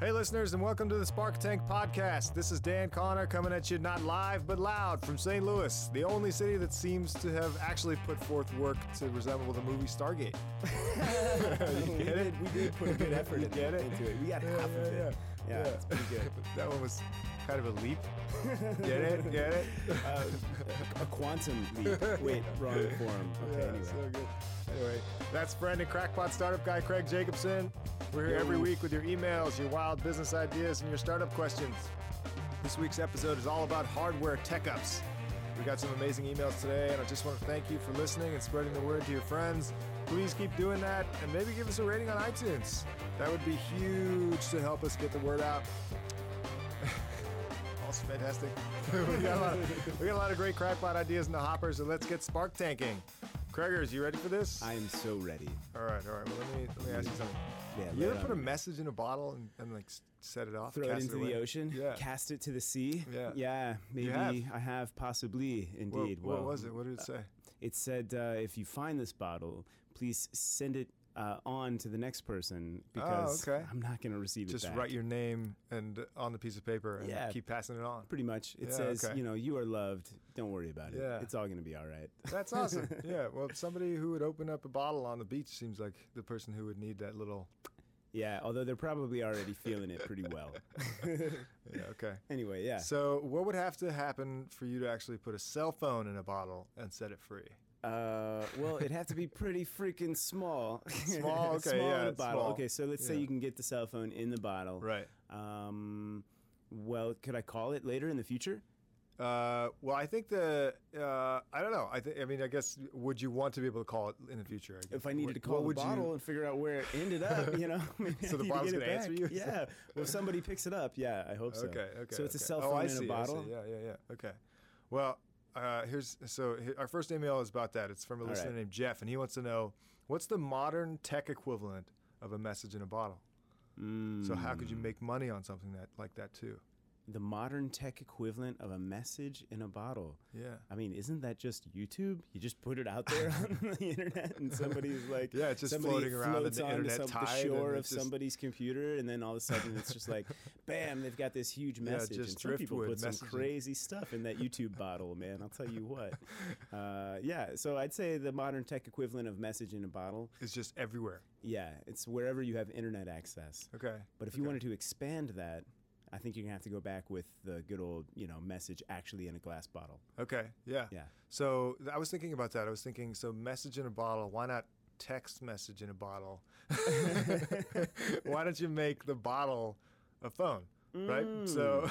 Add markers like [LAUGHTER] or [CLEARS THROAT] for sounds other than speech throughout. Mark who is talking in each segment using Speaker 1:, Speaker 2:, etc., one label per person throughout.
Speaker 1: Hey, listeners, and welcome to the Spark Tank Podcast. This is Dan Connor coming at you not live but loud from St. Louis, the only city that seems to have actually put forth work to resemble the movie
Speaker 2: [LAUGHS]
Speaker 1: Stargate. [LAUGHS]
Speaker 2: we,
Speaker 1: get it?
Speaker 2: did, we did put a good
Speaker 1: [LAUGHS]
Speaker 2: effort
Speaker 1: You
Speaker 2: in-
Speaker 1: get it?
Speaker 2: into it. We got half of it. Yeah, it's pretty good.
Speaker 1: [LAUGHS] that one was kind of a
Speaker 2: [LAUGHS]
Speaker 1: leap. Get it? Get it?
Speaker 2: Uh, a quantum [LAUGHS] leap. Wait, wrong form. Okay,
Speaker 1: Yeah,
Speaker 2: anyway.
Speaker 1: so good. Anyway, that's friend and crackpot startup guy Craig Jacobson. We're here
Speaker 2: Yo.
Speaker 1: every week with your emails, your wild business ideas, and your startup questions. This week's episode is all about hardware tech ups. We got some amazing emails today, and I just want to thank you for listening and spreading the word to your friends. Please keep doing that, and maybe give us a rating on iTunes. That would be huge to help us get the word out. Also fantastic. [LAUGHS] we, got a lot of, we got a lot of great crackpot ideas in the hopper, so let's get spark tanking. Craigers, you ready for this?
Speaker 2: I am so ready.
Speaker 1: all right, all right. Well, let me let me ask you something.
Speaker 2: Yeah,
Speaker 1: You
Speaker 2: let
Speaker 1: ever
Speaker 2: on.
Speaker 1: put a message in a bottle and, and like s- set it off?
Speaker 2: throw it
Speaker 1: um, cast
Speaker 2: into
Speaker 1: away?
Speaker 2: the ocean,
Speaker 1: Yeah.
Speaker 2: cast it to the sea.
Speaker 1: Yeah.
Speaker 2: maybe
Speaker 1: have?
Speaker 2: I have possibly
Speaker 1: Wha-
Speaker 2: indeed.
Speaker 1: what
Speaker 2: Well,
Speaker 1: was it? What
Speaker 2: Uh,
Speaker 1: did it say?
Speaker 2: It said, uh, if you find this bottle, please send it uh, on to the next person because
Speaker 1: Oh, okay.
Speaker 2: I'm not going to receive
Speaker 1: Just
Speaker 2: it back.
Speaker 1: write your name and uh, on the piece of paper and
Speaker 2: Yeah.
Speaker 1: keep passing it
Speaker 2: [LAUGHS]
Speaker 1: on.
Speaker 2: Pretty much, it
Speaker 1: Yeah,
Speaker 2: says,
Speaker 1: okay.
Speaker 2: you know, you are loved. Don't worry about it.
Speaker 1: Yeah.
Speaker 2: It's all going to be all right.
Speaker 1: That's
Speaker 2: [LAUGHS]
Speaker 1: awesome. yeah. Well, somebody who would open up a bottle on the beach seems like the person who would need that little.
Speaker 2: yeah, although they're probably already feeling it pretty
Speaker 1: [LAUGHS]
Speaker 2: well.
Speaker 1: Yeah. Okay.
Speaker 2: anyway, yeah.
Speaker 1: So, what would have to happen for you to actually put a cell phone in a bottle and set it free?
Speaker 2: [LAUGHS] Uh, well, it'd have to be pretty freaking small.
Speaker 1: Small, [LAUGHS] okay,
Speaker 2: small
Speaker 1: yeah,
Speaker 2: in a bottle.
Speaker 1: small.
Speaker 2: Okay, so let's say
Speaker 1: Yeah.
Speaker 2: you can get the cell phone in the bottle.
Speaker 1: Right.
Speaker 2: Um, well, could I call it later in the future?
Speaker 1: Uh, well, I think the uh, I don't know. I think I mean I guess would you want to be able to call it in the future? guess.
Speaker 2: If I needed
Speaker 1: What-
Speaker 2: to
Speaker 1: what
Speaker 2: call the
Speaker 1: would you-
Speaker 2: bottle and figure out where it
Speaker 1: [LAUGHS]
Speaker 2: ended up, you know, maybe I
Speaker 1: So the
Speaker 2: [LAUGHS] need to
Speaker 1: bottle's
Speaker 2: get it
Speaker 1: gonna answer
Speaker 2: back.
Speaker 1: you? [LAUGHS]
Speaker 2: Yeah. Well, if somebody picks it up. Yeah, I hope so.
Speaker 1: Okay, okay.
Speaker 2: So it's a
Speaker 1: okay.
Speaker 2: cell
Speaker 1: Oh,
Speaker 2: phone
Speaker 1: I
Speaker 2: in
Speaker 1: see,
Speaker 2: a
Speaker 1: I
Speaker 2: bottle.
Speaker 1: see. Yeah, yeah, yeah. Okay. Well, uh, here's so he- our first email is about that. It's from a listener
Speaker 2: right.
Speaker 1: named Jeff, and he wants to know what's the modern tech equivalent of a message in a bottle. So how could you
Speaker 2: Hmm.
Speaker 1: make money on something that like that too?
Speaker 2: Mm. The modern tech equivalent of a message in a bottle.
Speaker 1: Yeah.
Speaker 2: I mean, isn't that just YouTube? You just put it out there on the internet,
Speaker 1: [LAUGHS]
Speaker 2: and somebody's like,
Speaker 1: Yeah, it's just
Speaker 2: somebody
Speaker 1: floating around in
Speaker 2: floats
Speaker 1: the
Speaker 2: onto
Speaker 1: internet
Speaker 2: some-
Speaker 1: tide,
Speaker 2: the shore
Speaker 1: and
Speaker 2: of
Speaker 1: it's just-
Speaker 2: somebody's computer, and then all of a sudden it's
Speaker 1: [LAUGHS]
Speaker 2: just like, [LAUGHS] bam! They've got this huge message,
Speaker 1: just
Speaker 2: and some people
Speaker 1: driftwood
Speaker 2: put some
Speaker 1: messaging.
Speaker 2: crazy stuff in that YouTube bottle, man. I'll tell
Speaker 1: [LAUGHS]
Speaker 2: you what. Uh, yeah, so I'd say the modern tech equivalent of message in a bottle.
Speaker 1: It's just everywhere.
Speaker 2: Yeah, it's wherever you have internet access.
Speaker 1: Okay.
Speaker 2: But if you wanted to expand that, I think you're gonna have to go back with the good old, you know, message actually in a glass bottle.
Speaker 1: Okay. Yeah.
Speaker 2: Yeah.
Speaker 1: So th- I was thinking about that. I was thinking, so message in a bottle. Why not text message in a bottle? [LAUGHS] why don't you make the bottle a phone? Right.
Speaker 2: Mm.
Speaker 1: So.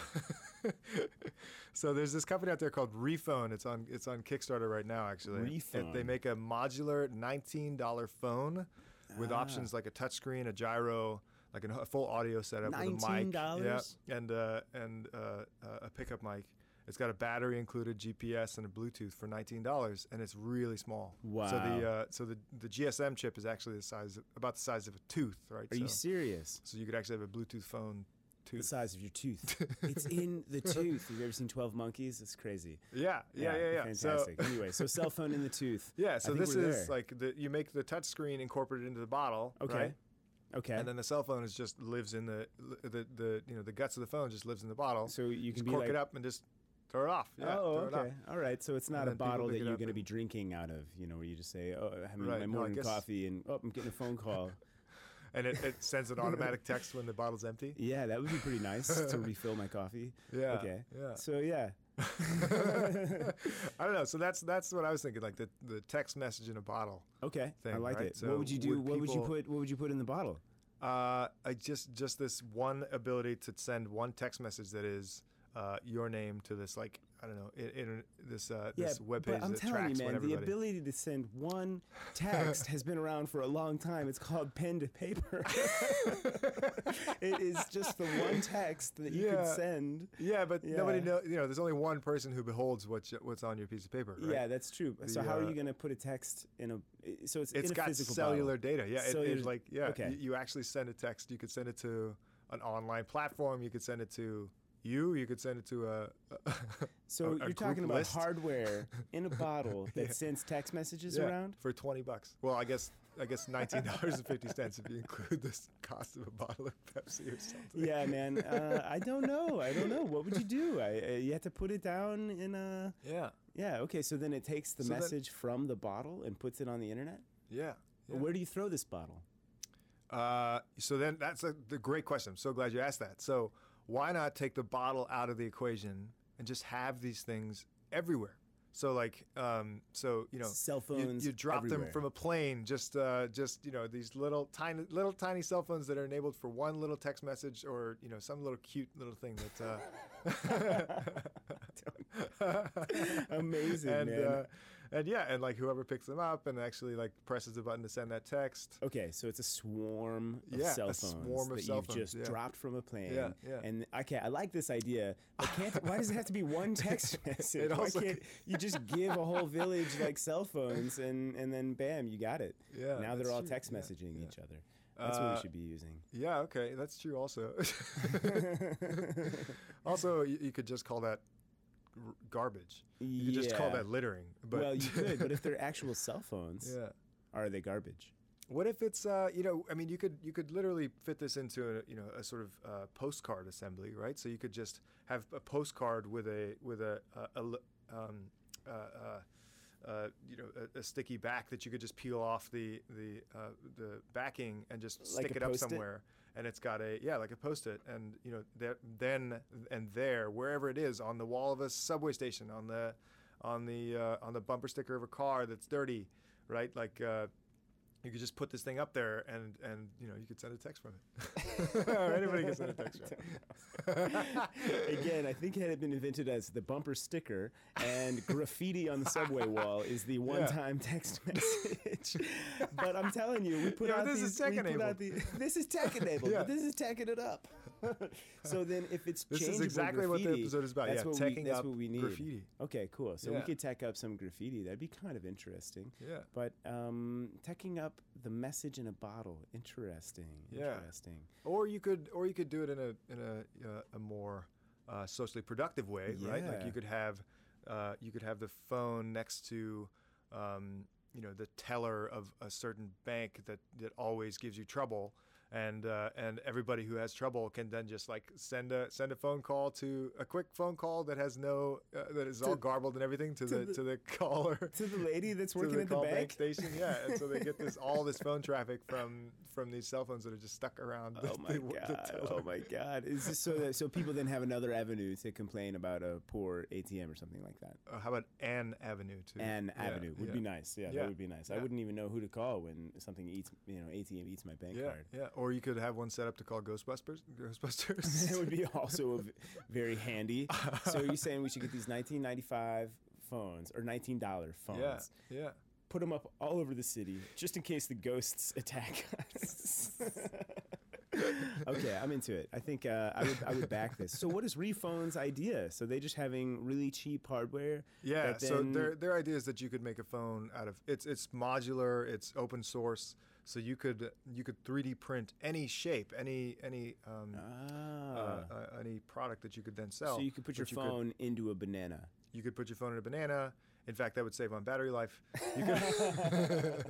Speaker 1: [LAUGHS] so there's this company out there called Refone. It's on it's on Kickstarter right now actually.
Speaker 2: Refone.
Speaker 1: They make a modular $19 phone
Speaker 2: Ah.
Speaker 1: with options like a touchscreen, a gyro, like an, a full audio setup with a mic. Yeah,
Speaker 2: $19?
Speaker 1: and uh, and uh, uh, a pickup mic. It's got a battery included, GPS, and a Bluetooth for nineteen dollars, and it's really small. So the
Speaker 2: Wow.
Speaker 1: uh, so the, the GSM chip is actually the size of, about the size of a tooth, right?
Speaker 2: Are
Speaker 1: so,
Speaker 2: you serious?
Speaker 1: so you could actually have a Bluetooth phone
Speaker 2: The
Speaker 1: tooth.
Speaker 2: size of your tooth.
Speaker 1: [LAUGHS]
Speaker 2: it's in the tooth. Have you ever seen Twelve Monkeys? It's crazy.
Speaker 1: yeah, yeah, yeah, yeah. So,
Speaker 2: Fantastic. anyway, so cell phone in the tooth.
Speaker 1: [LAUGHS] yeah,
Speaker 2: I
Speaker 1: so
Speaker 2: think
Speaker 1: this
Speaker 2: we're
Speaker 1: is
Speaker 2: there.
Speaker 1: like the, you make the touchscreen incorporated into the bottle,
Speaker 2: okay,
Speaker 1: right?
Speaker 2: okay.
Speaker 1: And then the cell phone is just lives in the the, the you know the guts of the phone just lives in the bottle.
Speaker 2: So you
Speaker 1: just
Speaker 2: can be
Speaker 1: cork
Speaker 2: like-
Speaker 1: it up and just throw it off. Yeah,
Speaker 2: oh,
Speaker 1: throw it off.
Speaker 2: okay. All right. So it's
Speaker 1: And
Speaker 2: not a
Speaker 1: then people
Speaker 2: bottle
Speaker 1: pick
Speaker 2: that
Speaker 1: it
Speaker 2: you're
Speaker 1: up
Speaker 2: going to
Speaker 1: and-
Speaker 2: be drinking out of, you know, where you just say, "Oh, I'm having
Speaker 1: Right, no,
Speaker 2: my
Speaker 1: I
Speaker 2: morning
Speaker 1: guess-
Speaker 2: coffee," and "Oh, I'm getting
Speaker 1: [LAUGHS]
Speaker 2: a phone call."
Speaker 1: and it,
Speaker 2: [LAUGHS]
Speaker 1: it sends an automatic text when the bottle's empty.
Speaker 2: yeah, that would be pretty nice
Speaker 1: [LAUGHS]
Speaker 2: to refill my coffee.
Speaker 1: Yeah,
Speaker 2: Okay. [LAUGHS]
Speaker 1: yeah. [LAUGHS]
Speaker 2: So yeah,
Speaker 1: I don't know. So that's that's what I was thinking, like the, the text message in a bottle.
Speaker 2: Okay, I
Speaker 1: thing,
Speaker 2: like
Speaker 1: right?
Speaker 2: it.
Speaker 1: So
Speaker 2: what would you do?
Speaker 1: would
Speaker 2: what would you
Speaker 1: people-
Speaker 2: put? What would you put in the bottle?
Speaker 1: Uh, I just just this one ability to send one text message that is uh, your name to this like I don't know it, it, this uh, this webpage
Speaker 2: but I'm
Speaker 1: that
Speaker 2: telling you,
Speaker 1: tracks when
Speaker 2: man, the
Speaker 1: everybody.
Speaker 2: ability to send one text has been around for a long time. It's called pen
Speaker 1: [LAUGHS]
Speaker 2: to paper. it is just the one text that you
Speaker 1: Yeah.
Speaker 2: can send.
Speaker 1: yeah, but
Speaker 2: Yeah.
Speaker 1: nobody know. You know, there's only one person who beholds what's what's on your piece of paper. Right?
Speaker 2: Yeah, that's true. so
Speaker 1: The,
Speaker 2: how are
Speaker 1: uh,
Speaker 2: you going to put a text in a? So it's
Speaker 1: it's
Speaker 2: in a
Speaker 1: got
Speaker 2: physical
Speaker 1: cellular
Speaker 2: bottle.
Speaker 1: data. Yeah, it,
Speaker 2: Cellular-
Speaker 1: it's like yeah,
Speaker 2: Okay.
Speaker 1: you, you actually send a text. You could send it to an online platform. You could send it to you. You could send it to a.
Speaker 2: so
Speaker 1: a- a
Speaker 2: you're
Speaker 1: group
Speaker 2: talking about
Speaker 1: list. [LAUGHS]
Speaker 2: hardware in a bottle that sends text messages
Speaker 1: Yeah,
Speaker 2: around.
Speaker 1: for 20 bucks. Well, I guess I guess nineteen dollars and fifty cents if you include the cost of a bottle of Pepsi or something.
Speaker 2: Yeah, man. Uh, I don't know. I don't know. What would you do? I, uh, you have to put it down in a.
Speaker 1: Yeah,
Speaker 2: Yeah. Okay. So then it takes the
Speaker 1: So then-
Speaker 2: message from the bottle and puts it on the internet.
Speaker 1: yeah. yeah.
Speaker 2: Where do you throw this bottle?
Speaker 1: Uh, so then that's a the great question. I'm so glad you asked that. So why not take the bottle out of the equation and just have these things everywhere? So like, um, so you know,
Speaker 2: Cell
Speaker 1: you-
Speaker 2: phones
Speaker 1: You, drop
Speaker 2: everywhere.
Speaker 1: them from a [LAUGHS] plane. Just, uh, just you know, these little tiny, little tiny cell phones that are enabled for one little text message or you know some little cute little thing that. Uh,
Speaker 2: [LAUGHS] [LAUGHS]
Speaker 1: [LAUGHS]
Speaker 2: Amazing,
Speaker 1: and
Speaker 2: man.
Speaker 1: uh, and yeah, and like whoever picks them up and actually like presses the button to send that text.
Speaker 2: Okay, so it's a swarm of
Speaker 1: Yeah,
Speaker 2: cell
Speaker 1: a
Speaker 2: phones
Speaker 1: swarm of
Speaker 2: that
Speaker 1: cell
Speaker 2: you've
Speaker 1: phones,
Speaker 2: just
Speaker 1: yeah.
Speaker 2: dropped from a plane.
Speaker 1: Yeah, yeah.
Speaker 2: And okay, I like this idea. But can't why does it have to be
Speaker 1: [LAUGHS]
Speaker 2: one text message? Why
Speaker 1: also [LAUGHS]
Speaker 2: can't you just give a whole village like cell phones and and then bam, you got it.
Speaker 1: Yeah,
Speaker 2: Now they're
Speaker 1: that's
Speaker 2: all
Speaker 1: true.
Speaker 2: text
Speaker 1: Yeah,
Speaker 2: messaging each other. That's what we
Speaker 1: Uh,
Speaker 2: should be using.
Speaker 1: Yeah, okay, that's true.
Speaker 2: [LAUGHS]
Speaker 1: Also, also you, you could just call that r- garbage. [LAUGHS] You could just call
Speaker 2: [LAUGHS] Yeah.
Speaker 1: that littering. But
Speaker 2: well, you could,
Speaker 1: [LAUGHS]
Speaker 2: but if they're actual cell phones,
Speaker 1: yeah.
Speaker 2: are
Speaker 1: [LAUGHS]
Speaker 2: they garbage?
Speaker 1: What if it's uh, you know? I mean, you could you could literally fit this into a, you know a sort of uh, postcard assembly, right? So you could just have a postcard with a with a, a, a li- um, uh, uh, uh, you know a, a sticky back that you could just peel off the the uh, the backing and just
Speaker 2: Like
Speaker 1: stick
Speaker 2: a
Speaker 1: it up
Speaker 2: Post-it?
Speaker 1: somewhere, and it's got a yeah like a post it, and you know there then and there wherever it is on the wall of a subway station on the on the uh, on the bumper sticker of a car that's dirty, right? Like. Uh, you could just put this thing up there and and you know you could send a text from it [LAUGHS] or anybody can send a text from it
Speaker 2: Again, I think [LAUGHS] it had been invented as the bumper sticker, and graffiti on the subway wall
Speaker 1: [LAUGHS]
Speaker 2: is the one-time text [LAUGHS] message. but I'm telling you, we put
Speaker 1: Yeah, but
Speaker 2: out
Speaker 1: this
Speaker 2: these.
Speaker 1: is tech
Speaker 2: we put out the,
Speaker 1: enabled.
Speaker 2: this is tech enabled.
Speaker 1: Yeah.
Speaker 2: but This is teching
Speaker 1: [LAUGHS]
Speaker 2: it up. so then, if it's
Speaker 1: This is
Speaker 2: changeable
Speaker 1: exactly what the
Speaker 2: graffiti,
Speaker 1: episode is about.
Speaker 2: That's
Speaker 1: Yeah,
Speaker 2: what
Speaker 1: teching
Speaker 2: we, that's
Speaker 1: up
Speaker 2: what we need.
Speaker 1: graffiti.
Speaker 2: Okay, cool. So we
Speaker 1: Yeah.
Speaker 2: could tech up some graffiti. That'd be kind of interesting.
Speaker 1: yeah
Speaker 2: But um, teching up the message in a bottle, interesting.
Speaker 1: Yeah.
Speaker 2: Interesting.
Speaker 1: or you could or you could do it in a in a uh, a more uh, socially productive way right like
Speaker 2: Yeah.
Speaker 1: you could have uh, you could have the phone next to um, you know the teller of a certain bank that that always gives you trouble and uh, and everybody who has trouble can then just like send a send a phone call to a quick phone call that has no uh, that is all garbled and everything to, the,
Speaker 2: the-
Speaker 1: to the [LAUGHS] caller
Speaker 2: [LAUGHS] To the lady that's
Speaker 1: to
Speaker 2: working at the
Speaker 1: call
Speaker 2: bank.
Speaker 1: station. Yeah, and so they get this all this phone traffic from from these cell phones that are just stuck around.
Speaker 2: [LAUGHS]
Speaker 1: [LAUGHS]
Speaker 2: Oh my god! Oh my god! Is this so that so people then have another avenue to complain about a poor ATM or something like that?
Speaker 1: Uh, how about an avenue too?
Speaker 2: An
Speaker 1: Yeah,
Speaker 2: Oh. avenue would
Speaker 1: yeah.
Speaker 2: be nice. Yeah,
Speaker 1: Yeah.
Speaker 2: that would be nice. I
Speaker 1: Yeah.
Speaker 2: wouldn't even know who to call when something eats you know ATM eats my bank
Speaker 1: Yeah,
Speaker 2: card. [LAUGHS]
Speaker 1: yeah. Or you could have one set up to call Ghostbusters.
Speaker 2: [LAUGHS] That
Speaker 1: Ghostbusters.
Speaker 2: would be also a v- very handy. So you're saying we should get these 1995 phones or $19 phones?
Speaker 1: [LAUGHS] yeah, yeah.
Speaker 2: Put them up all over the city just in case the ghosts attack
Speaker 1: [LAUGHS]
Speaker 2: us. okay, I'm into it. I think uh, I would I would back this. So what is Rephone's idea? So they just having really cheap hardware.
Speaker 1: Yeah,
Speaker 2: that
Speaker 1: so
Speaker 2: then-
Speaker 1: their their idea is that you could make a phone out of it's it's modular, it's open source, so you could you could 3D print any shape, any any um, uh,
Speaker 2: Ah.
Speaker 1: uh, any product that you could then sell.
Speaker 2: so you could put your
Speaker 1: but you could-
Speaker 2: phone into a banana.
Speaker 1: You could put your phone in a banana. In fact, that would save on battery life. You
Speaker 2: [LAUGHS]
Speaker 1: could,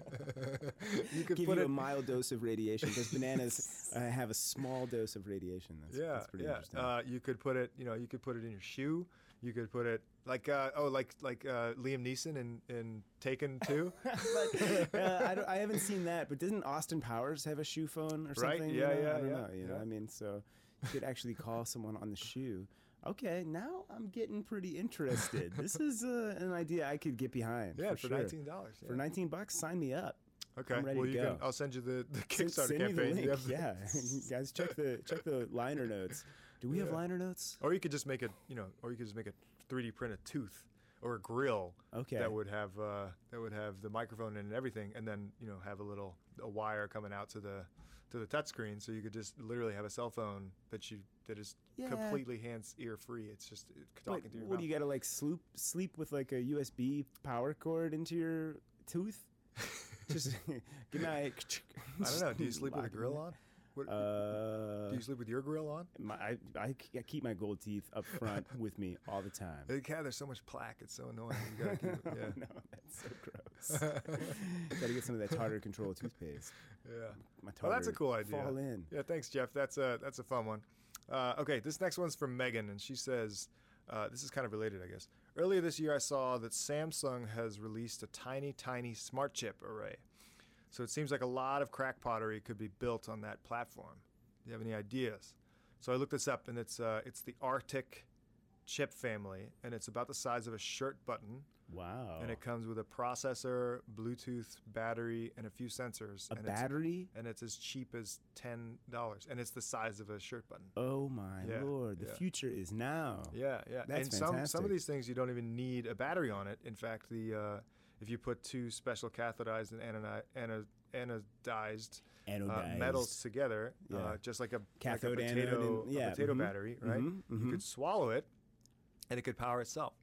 Speaker 1: you could
Speaker 2: Give
Speaker 1: put
Speaker 2: you
Speaker 1: it.
Speaker 2: a mild dose of radiation because
Speaker 1: [LAUGHS]
Speaker 2: bananas uh, have a small dose of radiation. That's,
Speaker 1: yeah,
Speaker 2: that's pretty
Speaker 1: yeah.
Speaker 2: interesting.
Speaker 1: Uh, you could put it. You know, you could put it in your shoe. You could put it like uh, oh, like like uh, Liam Neeson in in
Speaker 2: [LAUGHS]
Speaker 1: Taken Two,
Speaker 2: but uh, I, don't, I haven't seen that. But doesn't Austin Powers have a shoe phone or
Speaker 1: Right?
Speaker 2: something? you
Speaker 1: Yeah,
Speaker 2: know?
Speaker 1: yeah,
Speaker 2: I don't
Speaker 1: yeah,
Speaker 2: know. You know,
Speaker 1: yeah.
Speaker 2: I mean, so you could actually call someone on the shoe. Okay, now I'm getting
Speaker 1: [LAUGHS]
Speaker 2: pretty interested. this is uh, an idea I could get behind.
Speaker 1: Yeah,
Speaker 2: for,
Speaker 1: for
Speaker 2: sure.
Speaker 1: nineteen dollars.
Speaker 2: For 19 bucks, sign me up.
Speaker 1: Okay.
Speaker 2: I'm ready
Speaker 1: well,
Speaker 2: to
Speaker 1: you can.
Speaker 2: go.
Speaker 1: I'll send you the, the
Speaker 2: Send,
Speaker 1: Kickstarter
Speaker 2: send me the
Speaker 1: campaign.
Speaker 2: link.
Speaker 1: You have the-
Speaker 2: Yeah, [LAUGHS] You guys, check the check the liner notes. Do we have
Speaker 1: Yeah.
Speaker 2: liner notes?
Speaker 1: [LAUGHS] Or you could just make it. You know, or you could just make a 3D print a tooth or a grill
Speaker 2: Okay.
Speaker 1: Oh, that would have uh, that would have the microphone in and everything, and then you know have a little a wire coming out to the to the touchscreen, so you could just literally have a cell phone that you that is
Speaker 2: Yeah.
Speaker 1: completely hands ear free. It's just it,
Speaker 2: But
Speaker 1: talking to your
Speaker 2: what
Speaker 1: mouth.
Speaker 2: do you got to like sleep sleep with like a USB power cord into your tooth?
Speaker 1: [LAUGHS]
Speaker 2: Just [LAUGHS] good night. [LAUGHS]
Speaker 1: I don't know. Do you sleep with a grill on? What,
Speaker 2: Uh,
Speaker 1: do you sleep with your grill on?
Speaker 2: my, I, I k- I keep my gold teeth up
Speaker 1: [LAUGHS]
Speaker 2: front with me all the time. [LAUGHS]
Speaker 1: Yeah, there's so much plaque. It's so annoying. You gotta keep it. Yeah.
Speaker 2: no, that's so gross.
Speaker 1: [LAUGHS]
Speaker 2: [LAUGHS] Got to get some of that tartar control toothpaste.
Speaker 1: Yeah.
Speaker 2: My tartar.
Speaker 1: Well, that's a cool idea.
Speaker 2: Fall in.
Speaker 1: Yeah, thanks, Jeff. That's a that's a fun one. Uh, okay, this next one's from Megan, and she says, uh, "This is kind of related, I guess." Earlier this year, I saw that Samsung has released a tiny, tiny smart chip array. So it seems like a lot of crack pottery could be built on that platform. Do you have any ideas? So I looked this up, and it's uh, it's the Arctic chip family, and it's about the size of a shirt button,
Speaker 2: Wow.
Speaker 1: and it comes with a processor, Bluetooth, battery, and a few sensors.
Speaker 2: a
Speaker 1: and it's
Speaker 2: battery.
Speaker 1: and it's as cheap as ten dollars, and it's the size of a shirt button.
Speaker 2: Oh my
Speaker 1: Yeah,
Speaker 2: lord! The
Speaker 1: yeah.
Speaker 2: future is now.
Speaker 1: Yeah, yeah.
Speaker 2: That's
Speaker 1: and some some
Speaker 2: fantastic.
Speaker 1: of these things you don't even need a battery on it. In fact, the uh, if you put two special cathodized and anodi- ana- anodized uh,
Speaker 2: Anodized.
Speaker 1: metals together, uh,
Speaker 2: Yeah.
Speaker 1: just like a,
Speaker 2: Cathode,
Speaker 1: like a
Speaker 2: anode,
Speaker 1: potato,
Speaker 2: and-
Speaker 1: a
Speaker 2: yeah,
Speaker 1: potato
Speaker 2: mhm,
Speaker 1: battery, right?
Speaker 2: mhm,
Speaker 1: You
Speaker 2: mhm.
Speaker 1: could swallow it, and it could power itself.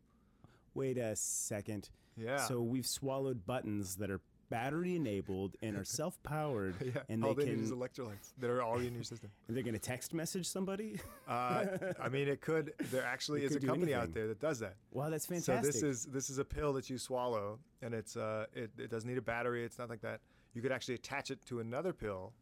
Speaker 2: Wait a second.
Speaker 1: Yeah.
Speaker 2: So we've swallowed buttons that are battery enabled and are self powered,
Speaker 1: [LAUGHS] yeah.
Speaker 2: and
Speaker 1: all
Speaker 2: they
Speaker 1: they need
Speaker 2: can.
Speaker 1: is electrolytes. They're all in your system.
Speaker 2: and they're going to text message somebody. [LAUGHS]
Speaker 1: Uh, I mean, it could. There actually is
Speaker 2: It
Speaker 1: a
Speaker 2: could do
Speaker 1: company out
Speaker 2: anything.
Speaker 1: there that does that.
Speaker 2: wow, that's fantastic.
Speaker 1: So this is this is a pill that you swallow, and it's uh, it, it doesn't need a battery. It's not like that. You could actually attach it to another pill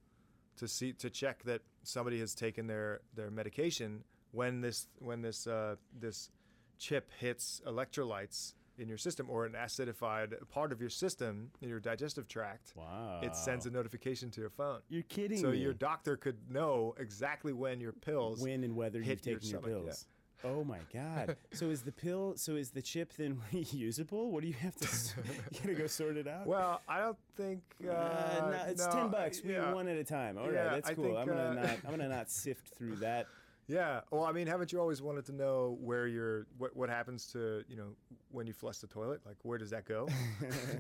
Speaker 1: to see to check that somebody has taken their their medication when this when this uh, this chip hits electrolytes in your system or an acidified part of your system in your digestive tract.
Speaker 2: wow.
Speaker 1: It sends a notification to your phone.
Speaker 2: You're kidding
Speaker 1: So
Speaker 2: me.
Speaker 1: your doctor could know exactly when your pills
Speaker 2: when and whether you've
Speaker 1: hit your
Speaker 2: taken your,
Speaker 1: stomach, yeah.
Speaker 2: pills. Oh my
Speaker 1: [LAUGHS]
Speaker 2: God! So is the pill? So is the chip then [LAUGHS] reusable? What do you have to? s-
Speaker 1: [LAUGHS]
Speaker 2: [LAUGHS] you gotta go sort it out.
Speaker 1: Well, I don't think uh,
Speaker 2: Uh, no, it's
Speaker 1: no,
Speaker 2: ten bucks. We
Speaker 1: yeah.
Speaker 2: one at a time. All right,
Speaker 1: Yeah,
Speaker 2: that's
Speaker 1: I
Speaker 2: cool.
Speaker 1: think,
Speaker 2: I'm gonna
Speaker 1: uh,
Speaker 2: not.
Speaker 1: [LAUGHS]
Speaker 2: I'm gonna not sift through that.
Speaker 1: Yeah. Well, I mean, haven't you always wanted to know where your what what happens to you know when you flush the toilet? Like, where does that
Speaker 2: [LAUGHS]
Speaker 1: go?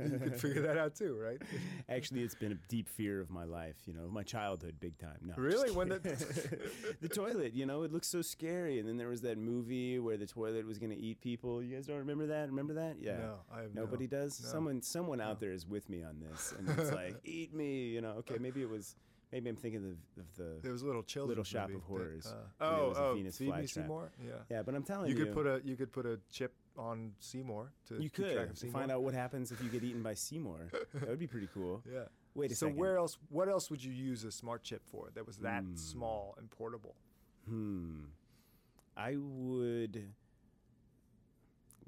Speaker 1: you could figure that out too, right?
Speaker 2: Actually, it's been a deep fear of my life. You know, my childhood, big time. No, just
Speaker 1: Really? When the-
Speaker 2: kidding. [LAUGHS] the toilet. You know, it looks so scary. And then there was that movie where the toilet was gonna eat people. You guys don't remember that? Remember that? Yeah.
Speaker 1: No, I have no-
Speaker 2: Nobody does.
Speaker 1: no.
Speaker 2: Someone, someone out there is with me on this,
Speaker 1: [LAUGHS]
Speaker 2: and it's like, eat me. You know? Okay, maybe it was. Maybe I'm thinking of, of the
Speaker 1: There was a little children's
Speaker 2: Little Shop
Speaker 1: movie
Speaker 2: of
Speaker 1: that,
Speaker 2: Horrors,
Speaker 1: uh,
Speaker 2: and there
Speaker 1: oh,
Speaker 2: was a
Speaker 1: oh,
Speaker 2: Venus
Speaker 1: Feed Me
Speaker 2: flytrap.
Speaker 1: Seymour. Yeah.
Speaker 2: Yeah, but I'm telling
Speaker 1: You
Speaker 2: you,
Speaker 1: could put a you could put a chip on Seymour to
Speaker 2: you
Speaker 1: keep track
Speaker 2: could
Speaker 1: of Seymour.
Speaker 2: find out what happens if you get eaten by Seymour. that would be pretty cool.
Speaker 1: [LAUGHS] Yeah.
Speaker 2: Wait a
Speaker 1: so
Speaker 2: second.
Speaker 1: where else? What else would you use a smart chip for that was that small and portable?
Speaker 2: Hmm. I would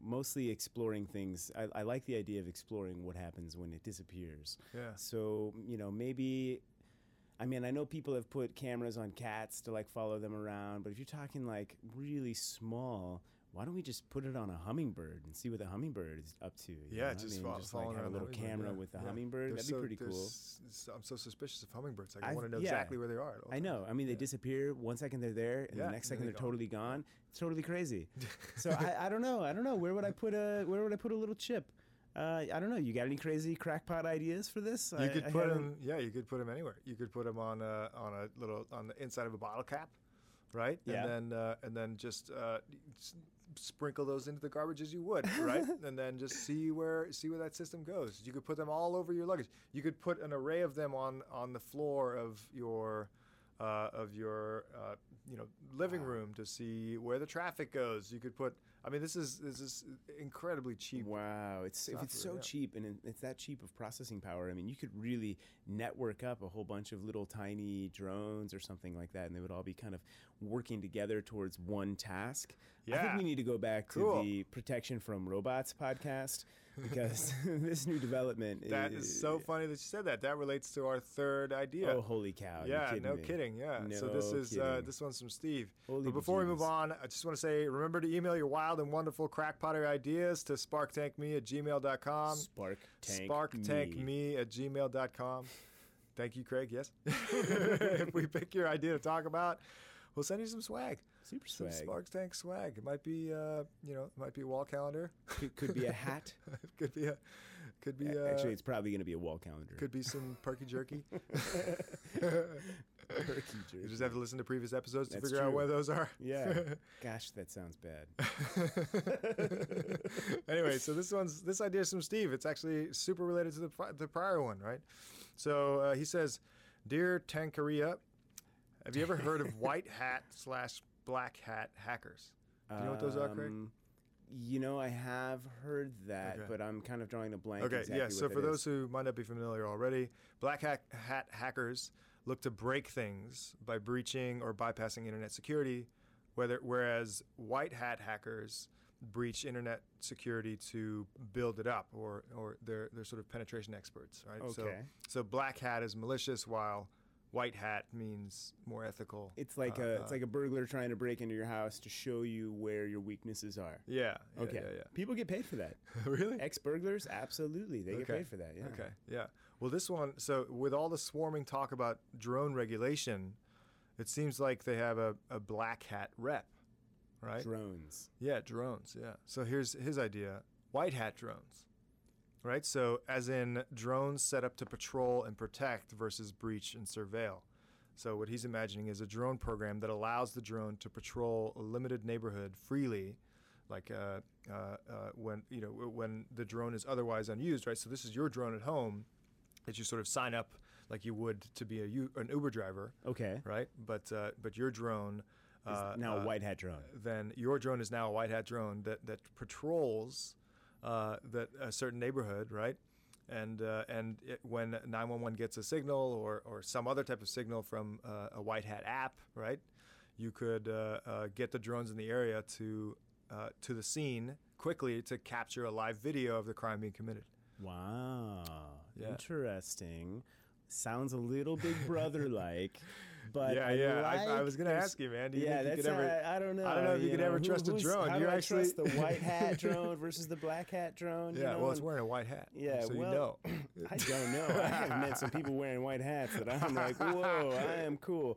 Speaker 2: mostly exploring things. I, I like the idea of exploring what happens when it disappears.
Speaker 1: Yeah.
Speaker 2: So you know maybe. I mean, I know people have put cameras on cats to like follow them around, but if you're talking like really small, why don't we just put it on a hummingbird and see what the hummingbird is up to? you
Speaker 1: Yeah,
Speaker 2: know?
Speaker 1: just,
Speaker 2: I mean,
Speaker 1: fo-
Speaker 2: just
Speaker 1: following
Speaker 2: like have a
Speaker 1: around
Speaker 2: little
Speaker 1: hummingbird,
Speaker 2: camera
Speaker 1: yeah,
Speaker 2: with the
Speaker 1: yeah.
Speaker 2: hummingbd
Speaker 1: They're
Speaker 2: That'd be
Speaker 1: so-
Speaker 2: pretty
Speaker 1: they're
Speaker 2: cool.
Speaker 1: s- s- I'm so suspicious of hummingbirds. Like, I
Speaker 2: I've-
Speaker 1: want to know
Speaker 2: yeah.
Speaker 1: exactly where they are. at all
Speaker 2: I
Speaker 1: times.
Speaker 2: know. I mean, they disappear one second they're there, and
Speaker 1: Yeah,
Speaker 2: the next
Speaker 1: and
Speaker 2: second
Speaker 1: then
Speaker 2: they're
Speaker 1: they're
Speaker 2: totally gone. It's totally crazy.
Speaker 1: [LAUGHS]
Speaker 2: so I, I don't know. I don't know. Where would I put a Where would I put a little chip? Uh, I don't know. You got any crazy crackpot ideas for this?
Speaker 1: You
Speaker 2: I,
Speaker 1: could
Speaker 2: I
Speaker 1: put
Speaker 2: haven't-
Speaker 1: them. Yeah, you could put them anywhere. You could put them on a on a little on the inside of a bottle cap, right?
Speaker 2: Yeah.
Speaker 1: And then uh, and then just uh, s- sprinkle those into the garbage as you would, right? and then just see where see where that system goes. You could put them all over your luggage. You could put an array of them on on the floor of your. Uh, of your, uh, you know, living room to see where the traffic goes. You could put. I mean, this is this is incredibly cheap.
Speaker 2: Wow, it's if it's
Speaker 1: Software,
Speaker 2: so
Speaker 1: yeah.
Speaker 2: cheap and it- it's that cheap of processing power. I mean, you could really network up a whole bunch of little tiny drones or something like that, and they would all be kind of working together towards one task. I
Speaker 1: Yeah.
Speaker 2: think we need to go back
Speaker 1: Cool.
Speaker 2: to the protection from robots podcast because [LAUGHS] this new development
Speaker 1: That is so funny that you said that. That relates to our third idea.
Speaker 2: Oh, holy cow! You're
Speaker 1: Yeah,
Speaker 2: kidding
Speaker 1: no
Speaker 2: me.
Speaker 1: kidding. Yeah. so this
Speaker 2: No
Speaker 1: is uh,
Speaker 2: kidding.
Speaker 1: this one's from Steve.
Speaker 2: Holy
Speaker 1: but before we move
Speaker 2: bejesus.
Speaker 1: on, I just want to say remember to email your wild and wonderful crack pottery ideas to sparktankme at gmail.com.
Speaker 2: Spark tank.
Speaker 1: sparktankme
Speaker 2: me.
Speaker 1: at
Speaker 2: [LAUGHS]
Speaker 1: gmail.com. Thank you, Craig. Yes. [LAUGHS] if we pick your idea to talk about, we'll send you some swag.
Speaker 2: Super
Speaker 1: Some
Speaker 2: swag.
Speaker 1: Spark Tank swag. It might be uh, you know, it might be a wall calendar. [LAUGHS]
Speaker 2: Could, could be a hat.
Speaker 1: it could be a could be uh,
Speaker 2: Actually, it's probably going to be a wall calendar.
Speaker 1: could be some perky
Speaker 2: [LAUGHS]
Speaker 1: jerky. [LAUGHS]
Speaker 2: Turkey
Speaker 1: You
Speaker 2: jerky.
Speaker 1: just have to listen to previous episodes to
Speaker 2: That's
Speaker 1: figure out
Speaker 2: true.
Speaker 1: where those are.
Speaker 2: Yeah. [LAUGHS] Gosh, that sounds bad.
Speaker 1: [LAUGHS] anyway, so this one's this idea is from Steve. It's actually super related to the pri- the prior one, right? So uh, he says, "Dear Tankeria, have you ever
Speaker 2: [LAUGHS]
Speaker 1: heard of white hat slash black hat hackers? Do you know what those are, Craig?
Speaker 2: Um, You know, I have heard that,
Speaker 1: Okay.
Speaker 2: but I'm kind of drawing a blank.
Speaker 1: Okay,
Speaker 2: exactly
Speaker 1: yeah.
Speaker 2: what
Speaker 1: So
Speaker 2: that
Speaker 1: for
Speaker 2: is.
Speaker 1: those who might not be familiar already, black hack- hat hackers look to break things by breaching or bypassing internet security, whether whereas white hat hackers breach internet security to build it up or or they're they're sort of penetration experts, right? So
Speaker 2: Okay.
Speaker 1: so black hat is malicious while white hat means more ethical.
Speaker 2: it's like
Speaker 1: uh,
Speaker 2: a
Speaker 1: uh,
Speaker 2: it's like a burglar trying to break into your house to show you where your weaknesses are.
Speaker 1: yeah, yeah,
Speaker 2: Okay,
Speaker 1: yeah, [LAUGHS]
Speaker 2: people get paid for that.
Speaker 1: yeah. really?
Speaker 2: Ex burglars, absolutely, they get
Speaker 1: Okay.
Speaker 2: paid for that. Yeah.
Speaker 1: Okay. Yeah. Well, this one. So, with all the swarming talk about drone regulation, it seems like they have a, a black hat rep, right?
Speaker 2: Drones.
Speaker 1: yeah, drones. Yeah. So here's his idea: white hat drones, right? So, as in drones set up to patrol and protect versus breach and surveil. So, what he's imagining is a drone program that allows the drone to patrol a limited neighborhood freely, like uh, uh, uh, when you know w- when the drone is otherwise unused, right? So, this is your drone at home that you sort of sign up like you would to be a U- an Uber driver,
Speaker 2: Okay.
Speaker 1: right? But uh, but your drone
Speaker 2: Is
Speaker 1: uh,
Speaker 2: now
Speaker 1: uh,
Speaker 2: a white hat drone.
Speaker 1: then your drone is now a white hat drone that that patrols uh, that a certain neighborhood, right? And uh, and it, when 911 gets a signal or or some other type of signal from uh, a white hat app, right? You could uh, uh, get the drones in the area to uh, to the scene quickly to capture a live video of the crime being committed.
Speaker 2: Wow.
Speaker 1: Yeah.
Speaker 2: Interesting. Sounds a little Big
Speaker 1: [LAUGHS]
Speaker 2: Brother like, but
Speaker 1: yeah,
Speaker 2: I
Speaker 1: yeah. I, I
Speaker 2: like
Speaker 1: was gonna
Speaker 2: there's-
Speaker 1: ask you, man. Do you
Speaker 2: yeah,
Speaker 1: think you
Speaker 2: that's
Speaker 1: could ever?
Speaker 2: I, I don't know.
Speaker 1: I don't know if you could ever trust a
Speaker 2: who's-
Speaker 1: drone.
Speaker 2: How
Speaker 1: You
Speaker 2: do I
Speaker 1: actually-
Speaker 2: trust the
Speaker 1: [LAUGHS]
Speaker 2: white hat drone versus the black hat drone. you
Speaker 1: yeah,
Speaker 2: know,
Speaker 1: well, it's
Speaker 2: and-
Speaker 1: wearing a white hat.
Speaker 2: Yeah,
Speaker 1: so
Speaker 2: well,
Speaker 1: you
Speaker 2: [CLEARS THROAT]
Speaker 1: know.
Speaker 2: I don't know. I have met some people wearing white hats that I'm like, whoa, I am cool.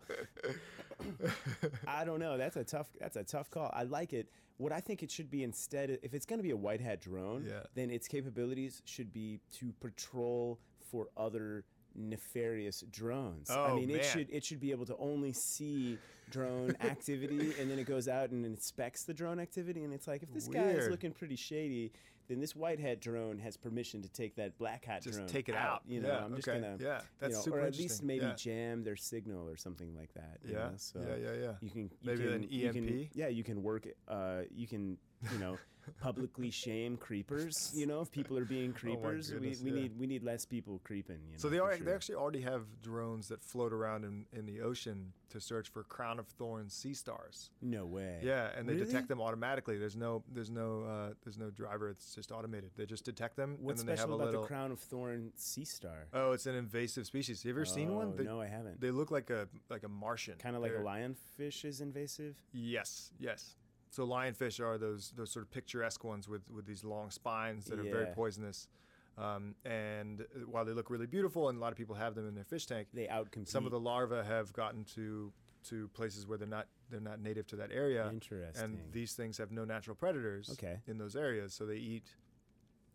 Speaker 2: I don't know. That's a tough. That's a tough call. I like it. What I think it should be instead, if it's going to be a white hat drone,
Speaker 1: Yeah.
Speaker 2: then its capabilities should be to patrol for other nefarious drones. I
Speaker 1: Oh,
Speaker 2: mean, it
Speaker 1: man.
Speaker 2: should it should be able to only see
Speaker 1: [LAUGHS]
Speaker 2: drone activity, and then it goes out and inspects the drone activity, and it's like, if this guy is
Speaker 1: Weird.
Speaker 2: looking pretty shady, then this white hat drone has permission to take that black hat
Speaker 1: Just
Speaker 2: drone
Speaker 1: take it out.
Speaker 2: You know,
Speaker 1: Yeah,
Speaker 2: I'm just
Speaker 1: okay.
Speaker 2: gonna
Speaker 1: Yeah, that's
Speaker 2: you know,
Speaker 1: super
Speaker 2: or at least
Speaker 1: interesting.
Speaker 2: maybe
Speaker 1: Yeah.
Speaker 2: jam their signal or something like that. you
Speaker 1: Yeah,
Speaker 2: know, so
Speaker 1: yeah, yeah, yeah.
Speaker 2: You can you
Speaker 1: Maybe
Speaker 2: can,
Speaker 1: an E
Speaker 2: you can-
Speaker 1: EMP?
Speaker 2: yeah, you can work. Uh, you can you
Speaker 1: [LAUGHS]
Speaker 2: know publicly shame creepers. You know, if people
Speaker 1: [LAUGHS]
Speaker 2: are being creepers, we,
Speaker 1: Oh goodness,
Speaker 2: we
Speaker 1: yeah.
Speaker 2: need we need less people creeping. You know,
Speaker 1: So they
Speaker 2: for
Speaker 1: are
Speaker 2: sure.
Speaker 1: they actually already have drones that float around in, in the ocean to search for crown of thorns sea stars.
Speaker 2: no way.
Speaker 1: Yeah, and they
Speaker 2: Really?
Speaker 1: detect them automatically. There's no there's no uh, there's no driver. It's just automated. They just detect them
Speaker 2: What's
Speaker 1: and then they have
Speaker 2: special
Speaker 1: a
Speaker 2: about
Speaker 1: little.
Speaker 2: the crown of thorn sea star?
Speaker 1: oh, it's an invasive species. Have you ever seen one?
Speaker 2: Oh,
Speaker 1: They,
Speaker 2: no, I haven't.
Speaker 1: they look like a like a Martian.
Speaker 2: Kind of like a
Speaker 1: They're-
Speaker 2: lionfish is invasive.
Speaker 1: Yes, yes. So lionfish are those those sort of picturesque ones with with these long spines that are very
Speaker 2: Yeah.
Speaker 1: poisonous. Um, and uh, while they look really beautiful, and a lot of people have them in their fish tank,
Speaker 2: They outcompete.
Speaker 1: some of the larvae have gotten to to places where they're not they're not native to that area and
Speaker 2: Interesting.
Speaker 1: these things have no natural predators
Speaker 2: Okay.
Speaker 1: in those areas so they eat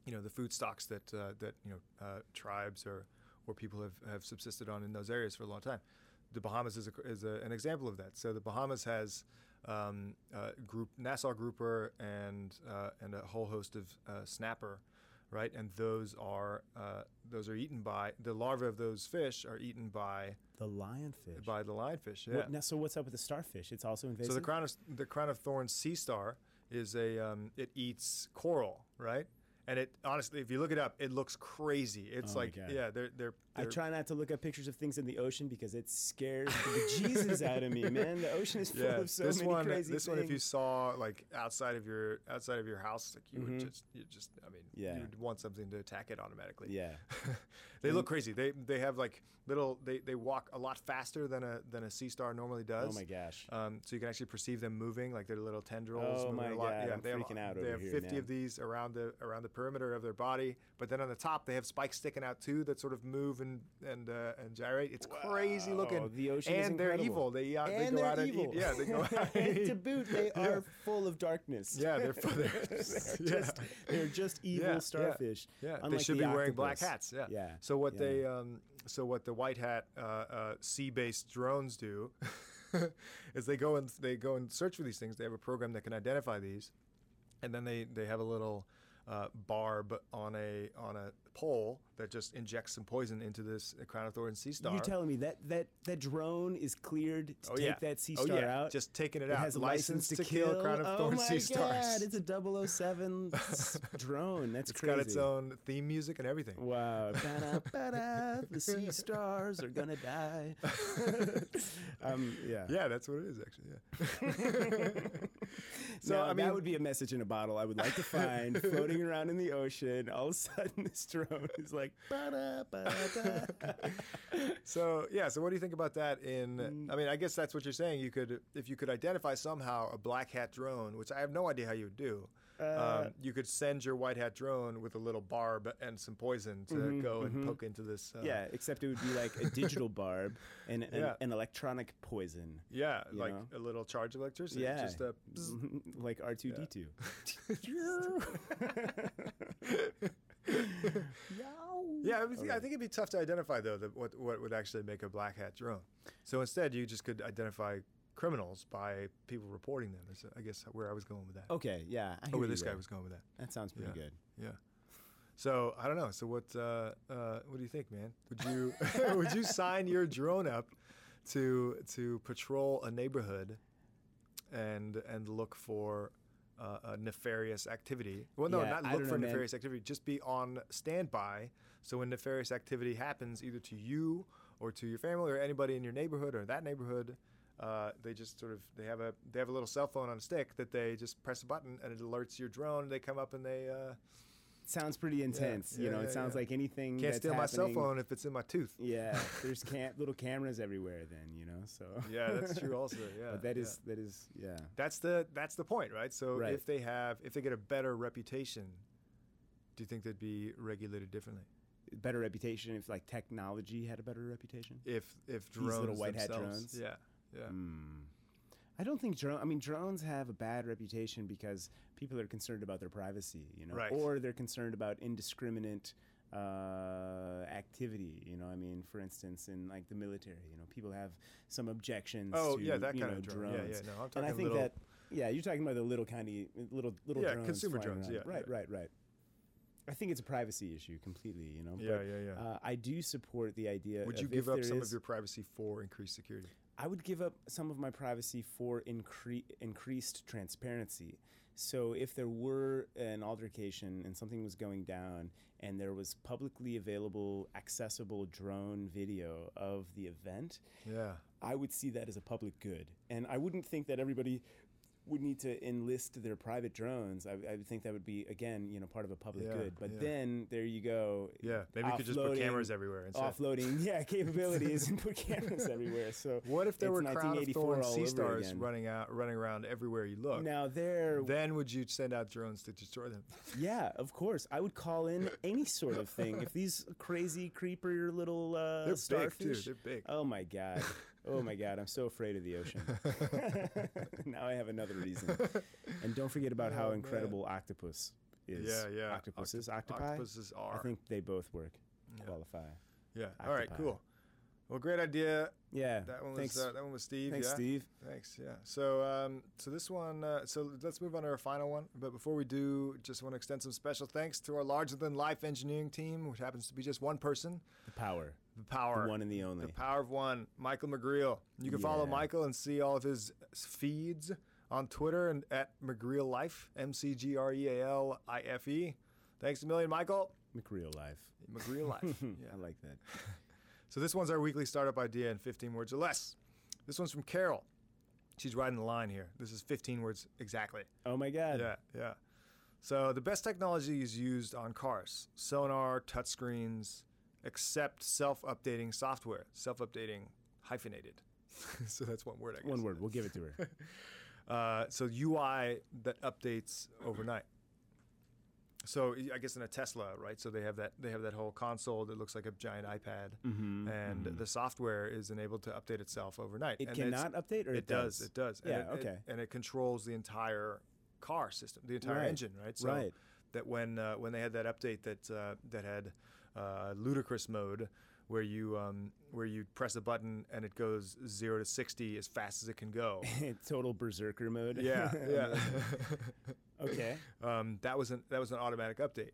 Speaker 1: you know the food stocks that uh, that you know uh, tribes or or people have, have subsisted on in those areas for a long time the Bahamas is, a, is a, an example of that so the Bahamas has um, uh, group Nassau grouper and uh, and a whole host of uh, snapper right and those are uh, those are eaten by the larvae of those fish are eaten by
Speaker 2: the lionfish.
Speaker 1: by the lionfish. Yeah.
Speaker 2: What, now, so what's up with the starfish? It's also invasive.
Speaker 1: so the crown of the crown of thorns sea star is a um, it eats coral, right? And it honestly, if you look it up, it looks crazy. It's
Speaker 2: Oh my
Speaker 1: like
Speaker 2: God.
Speaker 1: yeah, they're they're.
Speaker 2: I
Speaker 1: they're-
Speaker 2: try not to look up pictures of things in the ocean because it scares the Jesus
Speaker 1: [LAUGHS]
Speaker 2: out of me, man. The ocean is full
Speaker 1: Yeah,
Speaker 2: of [LAUGHS] so
Speaker 1: this
Speaker 2: many
Speaker 1: one,
Speaker 2: crazy
Speaker 1: this
Speaker 2: things.
Speaker 1: one, if you saw like outside of your outside of your house, like you would just, you just, I mean,
Speaker 2: Mm-hmm. Yeah.
Speaker 1: you'd want something to attack it automatically.
Speaker 2: yeah,
Speaker 1: [LAUGHS] they look crazy. They they have like little, they, they walk a lot faster than a than a sea star normally does.
Speaker 2: oh my gosh,
Speaker 1: Um, so you can actually perceive them moving, like their little tendrils.
Speaker 2: Oh
Speaker 1: moving
Speaker 2: my
Speaker 1: a lot.
Speaker 2: God,
Speaker 1: Yeah,
Speaker 2: I'm
Speaker 1: they
Speaker 2: freaking
Speaker 1: have,
Speaker 2: out
Speaker 1: They
Speaker 2: over
Speaker 1: have
Speaker 2: here,
Speaker 1: 50
Speaker 2: man.
Speaker 1: of these around the around the perimeter of their body, but then on the top they have spikes sticking out too that sort of move and and uh, and gyrate. It's crazy
Speaker 2: Wow,
Speaker 1: looking.
Speaker 2: the ocean
Speaker 1: and
Speaker 2: is
Speaker 1: they're
Speaker 2: incredible.
Speaker 1: evil. They uh,
Speaker 2: and
Speaker 1: they go
Speaker 2: they're
Speaker 1: out
Speaker 2: evil.
Speaker 1: and eat. Yeah, they
Speaker 2: [LAUGHS]
Speaker 1: go out and
Speaker 2: and
Speaker 1: eat.
Speaker 2: to boot, they
Speaker 1: [LAUGHS] Yeah.
Speaker 2: are full of darkness.
Speaker 1: Yeah, they're fu-
Speaker 2: [LAUGHS]
Speaker 1: they're just- [LAUGHS] yeah.
Speaker 2: just they're just evil
Speaker 1: Yeah, yeah,
Speaker 2: starfish.
Speaker 1: Yeah, they
Speaker 2: unlike
Speaker 1: should
Speaker 2: the
Speaker 1: be wearing black
Speaker 2: octopus.
Speaker 1: hats. Yeah.
Speaker 2: yeah.
Speaker 1: So what
Speaker 2: yeah.
Speaker 1: they um, so what the white hat uh, uh, sea-based drones do [LAUGHS] is they go and they go and search for these things. They have a program that can identify these, and then they they have a little uh, barb on a on a pole that just injects some poison into this crown of thorns sea star.
Speaker 2: You're telling me that that that drone is cleared to take that sea star
Speaker 1: oh, yeah.
Speaker 2: out.
Speaker 1: Just taking it
Speaker 2: it
Speaker 1: out.
Speaker 2: has a license, to, kill.
Speaker 1: Crown of
Speaker 2: oh
Speaker 1: Thorns
Speaker 2: my
Speaker 1: Sea
Speaker 2: god!
Speaker 1: Stars.
Speaker 2: It's a 007 [LAUGHS] s- drone. That's
Speaker 1: it's
Speaker 2: crazy.
Speaker 1: got its own theme music and everything.
Speaker 2: [LAUGHS] Wow. Ba-da, ba-da, the [LAUGHS] sea stars are gonna die. um, yeah.
Speaker 1: [LAUGHS] Yeah, that's what it is actually. Yeah.
Speaker 2: [LAUGHS] So
Speaker 1: So, I mean-
Speaker 2: that would be a message in a bottle I would like
Speaker 1: [LAUGHS]
Speaker 2: to find floating around in the ocean. All of a sudden, [LAUGHS] this drone is like, ba-da, ba-da.
Speaker 1: So yeah. So what do you think about that?
Speaker 2: Mm.
Speaker 1: In I mean, I guess that's what you're saying. You could, if you could identify somehow a black hat drone, which I have no idea how you would do.
Speaker 2: Uh,
Speaker 1: um, you could send your white hat drone with a little barb and some poison to go and poke into this. Uh,
Speaker 2: [LAUGHS] Mm-hmm, yeah. Except it would be like a digital barb and an,
Speaker 1: Yeah.
Speaker 2: an electronic poison,
Speaker 1: Yeah,
Speaker 2: You
Speaker 1: like
Speaker 2: know?
Speaker 1: a little charge of electricity.
Speaker 2: Yeah.
Speaker 1: Just a
Speaker 2: [LAUGHS] like R two D
Speaker 1: [LAUGHS]
Speaker 2: two. Mm-hmm.
Speaker 1: [LAUGHS]
Speaker 2: [LAUGHS]
Speaker 1: Yeah, I, mean, I think it'd be tough to identify though the, what what would actually make a black hat drone. So instead, you just could identify criminals by people reporting them. Is I guess where I was going with that.
Speaker 2: Okay. Yeah. Oh, I
Speaker 1: or
Speaker 2: hear
Speaker 1: where
Speaker 2: you
Speaker 1: this guy
Speaker 2: there.
Speaker 1: was going with that.
Speaker 2: That sounds pretty
Speaker 1: Yeah.
Speaker 2: good.
Speaker 1: Yeah. So I don't know. So what uh, uh, what do you think, man? Would you [LAUGHS] would you sign your drone up to to patrol a neighborhood and and look for uh, a nefarious activity? Well, no,
Speaker 2: Yeah,
Speaker 1: not
Speaker 2: I
Speaker 1: look
Speaker 2: don't
Speaker 1: for
Speaker 2: know, man.
Speaker 1: nefarious activity. Just be on standby. So when nefarious activity happens, either to you or to your family or anybody in your neighborhood or that neighborhood. Uh, they just sort of they have a they have a little cell phone on a stick that they just press a button and it alerts your drone. They come up and they uh,
Speaker 2: Sounds pretty intense. you
Speaker 1: yeah,
Speaker 2: know,
Speaker 1: yeah,
Speaker 2: it sounds
Speaker 1: yeah.
Speaker 2: like anything.
Speaker 1: Can't
Speaker 2: that's
Speaker 1: steal my cell
Speaker 2: happening-
Speaker 1: phone if it's in my tooth.
Speaker 2: [LAUGHS] Yeah, there's cam- little cameras everywhere. Then you know, so
Speaker 1: [LAUGHS]
Speaker 2: [LAUGHS]
Speaker 1: Yeah, that's true. Also, yeah.
Speaker 2: but that
Speaker 1: yeah.
Speaker 2: is that is yeah.
Speaker 1: that's the that's the point, right? So
Speaker 2: Right.
Speaker 1: if they have if they get a better reputation, do you think they'd be regulated differently?
Speaker 2: better reputation if like technology had a better reputation?
Speaker 1: If if
Speaker 2: These little
Speaker 1: drones
Speaker 2: white hat
Speaker 1: themselves-
Speaker 2: drones? Mm,
Speaker 1: yeah, yeah,
Speaker 2: I don't think drone. I mean, drones have a bad reputation because people are concerned about their privacy, you know,
Speaker 1: Right.
Speaker 2: or they're concerned about indiscriminate uh, activity. You know, I mean, for instance, in like the military, you know, people have some objections.
Speaker 1: Oh,
Speaker 2: to,
Speaker 1: yeah, that
Speaker 2: you
Speaker 1: kind
Speaker 2: know,
Speaker 1: of drone. Yeah, yeah,
Speaker 2: drones.
Speaker 1: no, I'm
Speaker 2: and I
Speaker 1: talking
Speaker 2: think
Speaker 1: little-
Speaker 2: that yeah, you're talking about the little kind of little little
Speaker 1: Yeah,
Speaker 2: drones
Speaker 1: consumer
Speaker 2: flying
Speaker 1: drones,
Speaker 2: around.
Speaker 1: yeah,
Speaker 2: right,
Speaker 1: yeah.
Speaker 2: right, right. I think it's a privacy issue completely. You know,
Speaker 1: Yeah,
Speaker 2: but,
Speaker 1: yeah, yeah.
Speaker 2: Uh, I do support the idea.
Speaker 1: Would you
Speaker 2: of
Speaker 1: give
Speaker 2: uh, if
Speaker 1: up
Speaker 2: there
Speaker 1: some
Speaker 2: is-
Speaker 1: of your privacy for increased security?
Speaker 2: I would give up some of my privacy for incre- increased transparency. So if there were an altercation and something was going down and there was publicly available, accessible drone video of the event,
Speaker 1: Yeah,
Speaker 2: I would see that as a public good. And I wouldn't think that everybody would need to enlist their private drones. I, I would think that would be, again, you know, part of a public
Speaker 1: Yeah,
Speaker 2: good. But
Speaker 1: yeah.
Speaker 2: then there you go.
Speaker 1: yeah. Maybe you could just put
Speaker 2: offloading-
Speaker 1: cameras everywhere instead.
Speaker 2: Offloading,
Speaker 1: [LAUGHS]
Speaker 2: yeah, capabilities and put cameras everywhere. So
Speaker 1: What if there
Speaker 2: it's
Speaker 1: were crown of
Speaker 2: 1984
Speaker 1: thorns
Speaker 2: all
Speaker 1: sea
Speaker 2: over
Speaker 1: stars
Speaker 2: again.
Speaker 1: running out, running around everywhere you look?
Speaker 2: Now there,
Speaker 1: then would you send out drones to destroy them?
Speaker 2: yeah, of course, I would call in any sort of thing. If these crazy creeper little uh,
Speaker 1: They're big, dude.
Speaker 2: starfish,
Speaker 1: They're big.
Speaker 2: Oh my god, oh my god, I'm so afraid of the ocean. [LAUGHS] now I have another reason. And don't forget about how
Speaker 1: Oh, man.
Speaker 2: incredible octopus is.
Speaker 1: Yeah, yeah.
Speaker 2: Octopuses,
Speaker 1: Octop-
Speaker 2: octopi.
Speaker 1: octopuses
Speaker 2: I
Speaker 1: are.
Speaker 2: think they both work. Qualify.
Speaker 1: Yeah. All right.
Speaker 2: Octopi.
Speaker 1: Cool. Well, great idea.
Speaker 2: Yeah.
Speaker 1: That one was
Speaker 2: thanks.
Speaker 1: uh, that one was Steve.
Speaker 2: thanks,
Speaker 1: yeah?
Speaker 2: Steve.
Speaker 1: Thanks. Yeah. So um, so this one. Uh, so let's move on to our final one. But before we do, just want to extend some special thanks to our larger than life engineering team, which happens to be just one person.
Speaker 2: The power,
Speaker 1: The power.
Speaker 2: the one and the only.
Speaker 1: The power of one. Michael McGreal. You can follow
Speaker 2: Yeah.
Speaker 1: Michael and see all of his feeds on Twitter and at McGreal Life. M C G R E A L I F E. Thanks a million, Michael.
Speaker 2: McReal life.
Speaker 1: McGreal Life.
Speaker 2: [LAUGHS]
Speaker 1: yeah.
Speaker 2: I like that.
Speaker 1: So this one's our weekly startup idea in 15 words or less. This one's from Carol. She's riding the line here. This is 15 words exactly.
Speaker 2: Oh my god.
Speaker 1: Yeah, yeah. So the best technology is used on cars: sonar, touchscreens, except self-updating software. Self-updating hyphenated. [LAUGHS] so that's one word, I guess.
Speaker 2: One word. We'll give it to
Speaker 1: [LAUGHS]
Speaker 2: her.
Speaker 1: Uh, so UI that updates overnight. So y- I guess in a Tesla, right? So they have that they have that whole console that looks like a giant iPad,
Speaker 2: Mm-hmm,
Speaker 1: and the software is enabled to update itself overnight.
Speaker 2: It
Speaker 1: and it's-
Speaker 2: cannot update, or it,
Speaker 1: It does. It does.
Speaker 2: Yeah,
Speaker 1: And it- it-
Speaker 2: okay.
Speaker 1: and it controls the entire car system, the entire
Speaker 2: Right,
Speaker 1: engine, right? So
Speaker 2: right.
Speaker 1: That when uh, when they had that update that uh, that had uh, ludicrous mode, where you um, where you press a button and it goes zero to
Speaker 2: [LAUGHS]
Speaker 1: sixty as fast as it can go.
Speaker 2: Total berserker mode.
Speaker 1: Yeah, yeah.
Speaker 2: Okay.
Speaker 1: [LAUGHS] Um, that was an that was an automatic update.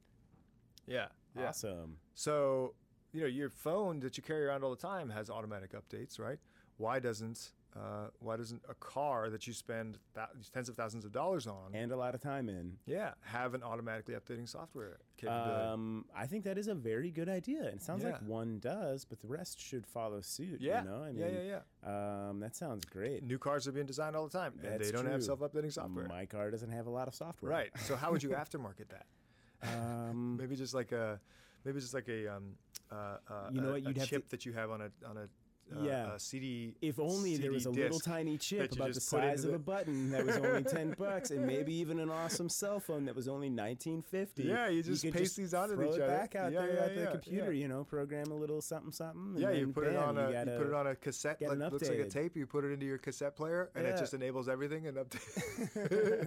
Speaker 1: Yeah. [LAUGHS] Yeah.
Speaker 2: Awesome.
Speaker 1: So, you know, your phone that you carry around all the time has automatic updates, right? Why doesn't uh, why doesn't a car that you spend thou- tens of thousands of dollars on,
Speaker 2: And a lot of time in.
Speaker 1: yeah, have an automatically updating software capability?
Speaker 2: Um, I think that is a very good idea. And it sounds like
Speaker 1: Yeah.
Speaker 2: one does, but the rest should follow suit.
Speaker 1: yeah,
Speaker 2: You know, I mean,
Speaker 1: yeah, yeah, yeah.
Speaker 2: Um, that sounds great.
Speaker 1: New cars are being designed all the time, and
Speaker 2: That's
Speaker 1: they don't have
Speaker 2: true.
Speaker 1: self-updating software.
Speaker 2: My car doesn't have a lot of software.
Speaker 1: Right. So, how
Speaker 2: [LAUGHS]
Speaker 1: would you aftermarket that? [LAUGHS]
Speaker 2: Um,
Speaker 1: Maybe just like a, maybe just like a, um, uh, uh,
Speaker 2: You know
Speaker 1: a-
Speaker 2: what,
Speaker 1: a
Speaker 2: you'd have to-
Speaker 1: chip that you CD that you have on a on a, uh,
Speaker 2: Yeah.
Speaker 1: a CD.
Speaker 2: if only there
Speaker 1: CD
Speaker 2: was a little
Speaker 1: disc.
Speaker 2: tiny chip
Speaker 1: you
Speaker 2: about the
Speaker 1: just put into
Speaker 2: size of
Speaker 1: the-
Speaker 2: a button that was
Speaker 1: [LAUGHS]
Speaker 2: only 10 bucks and maybe even an awesome cell phone that was only 1950
Speaker 1: Yeah, you just
Speaker 2: could
Speaker 1: paste these onto
Speaker 2: throw
Speaker 1: each
Speaker 2: it
Speaker 1: other.
Speaker 2: back out
Speaker 1: Yeah,
Speaker 2: there
Speaker 1: yeah,
Speaker 2: at the
Speaker 1: yeah,
Speaker 2: computer
Speaker 1: yeah.
Speaker 2: you know program a little something something and
Speaker 1: Yeah, you
Speaker 2: then
Speaker 1: put it
Speaker 2: bam,
Speaker 1: on a you,
Speaker 2: gotta-
Speaker 1: put it on a cassette
Speaker 2: get
Speaker 1: like
Speaker 2: an
Speaker 1: looks like a
Speaker 2: updated.
Speaker 1: tape. You put it into your cassette player, and
Speaker 2: Yeah.
Speaker 1: it just enables everything and updates.
Speaker 2: [LAUGHS]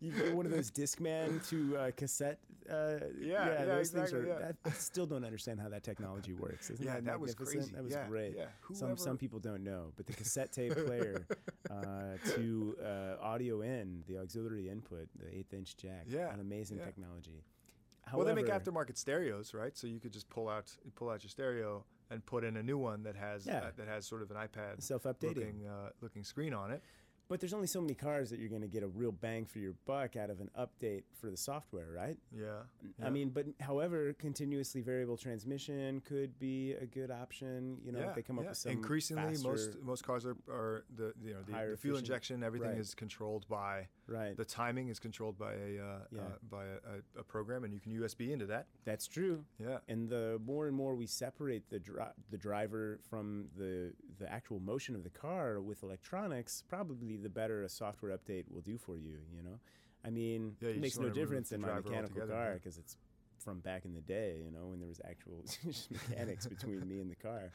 Speaker 2: you get one of those Discman to uh, cassette. Uh,
Speaker 1: Yeah, yeah,
Speaker 2: those
Speaker 1: exactly,
Speaker 2: things are.
Speaker 1: yeah.
Speaker 2: that- I still don't understand how that technology works. Isn't
Speaker 1: Yeah,
Speaker 2: that,
Speaker 1: that was
Speaker 2: magnificent?
Speaker 1: crazy.
Speaker 2: That was
Speaker 1: Yeah,
Speaker 2: great.
Speaker 1: yeah.
Speaker 2: Some some
Speaker 1: Whoever-
Speaker 2: people don't know, but the
Speaker 1: [LAUGHS]
Speaker 2: cassette tape player uh, to uh, audio in the auxiliary input, the eighth inch jack.
Speaker 1: Yeah,
Speaker 2: an amazing
Speaker 1: yeah.
Speaker 2: technology.
Speaker 1: [LAUGHS] well,
Speaker 2: However,
Speaker 1: they make aftermarket stereos, right? So you could just pull out pull out your stereo and put in a new one that has
Speaker 2: Yeah.
Speaker 1: uh, that has sort of an iPad
Speaker 2: Self-updating.
Speaker 1: looking, uh, looking screen on it.
Speaker 2: But there's only so many cars that you're going to get a real bang for your buck out of an update for the software, right?
Speaker 1: Yeah,
Speaker 2: I mean, but however, continuously variable transmission could be a good option. You know, if they come up with some
Speaker 1: increasingly most
Speaker 2: faster-
Speaker 1: most cars are, are the you know the,
Speaker 2: higher
Speaker 1: the fuel
Speaker 2: efficient-
Speaker 1: injection everything
Speaker 2: right.
Speaker 1: is controlled by
Speaker 2: right.
Speaker 1: the timing is controlled by a uh,
Speaker 2: Yeah.
Speaker 1: uh, by a, a, a program and you can USB into that
Speaker 2: That's true.
Speaker 1: yeah
Speaker 2: And the more and more we separate the dri- the driver from the the actual motion of the car with electronics, probably the better a software update will do for you. You know, I mean,
Speaker 1: Yeah, you
Speaker 2: it
Speaker 1: just
Speaker 2: makes no
Speaker 1: wanna remove
Speaker 2: difference
Speaker 1: the
Speaker 2: in my
Speaker 1: driver
Speaker 2: mechanical
Speaker 1: altogether,
Speaker 2: car
Speaker 1: yeah.
Speaker 2: because it's from back in the day. You know, when there was actual [LAUGHS] just mechanics between me and the car.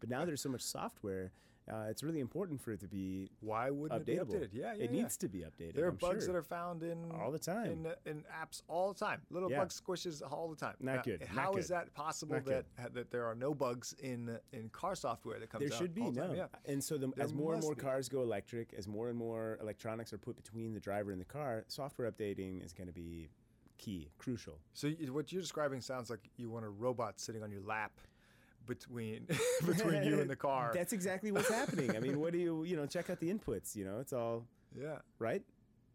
Speaker 2: But now there's so much software. Uh, it's really important for it to be
Speaker 1: why wouldn't
Speaker 2: updatable.
Speaker 1: it be updated yeah, yeah
Speaker 2: it
Speaker 1: yeah.
Speaker 2: needs to be updated.
Speaker 1: There are
Speaker 2: I'm
Speaker 1: bugs
Speaker 2: sure.
Speaker 1: that are found in
Speaker 2: All the time.
Speaker 1: in, uh, in apps all the time. Little
Speaker 2: Yeah.
Speaker 1: bug squishes all the time.
Speaker 2: Not good, not
Speaker 1: How is
Speaker 2: good,
Speaker 1: that possible
Speaker 2: not
Speaker 1: that
Speaker 2: good.
Speaker 1: ha- that there are no bugs in uh, in car software that comes
Speaker 2: There
Speaker 1: out?
Speaker 2: should be
Speaker 1: all the
Speaker 2: no,
Speaker 1: time? Yeah.
Speaker 2: and so the, as
Speaker 1: There
Speaker 2: more and
Speaker 1: must
Speaker 2: more
Speaker 1: be.
Speaker 2: cars go electric, as more and more electronics are put between the driver and the car, software updating is going to be key, crucial.
Speaker 1: So y- what you're describing sounds like you want a robot sitting on your lap between [LAUGHS] between you and the car.
Speaker 2: [LAUGHS] That's exactly what's happening. I mean, what do you you know? Check out the inputs. You know, it's all
Speaker 1: yeah.
Speaker 2: right.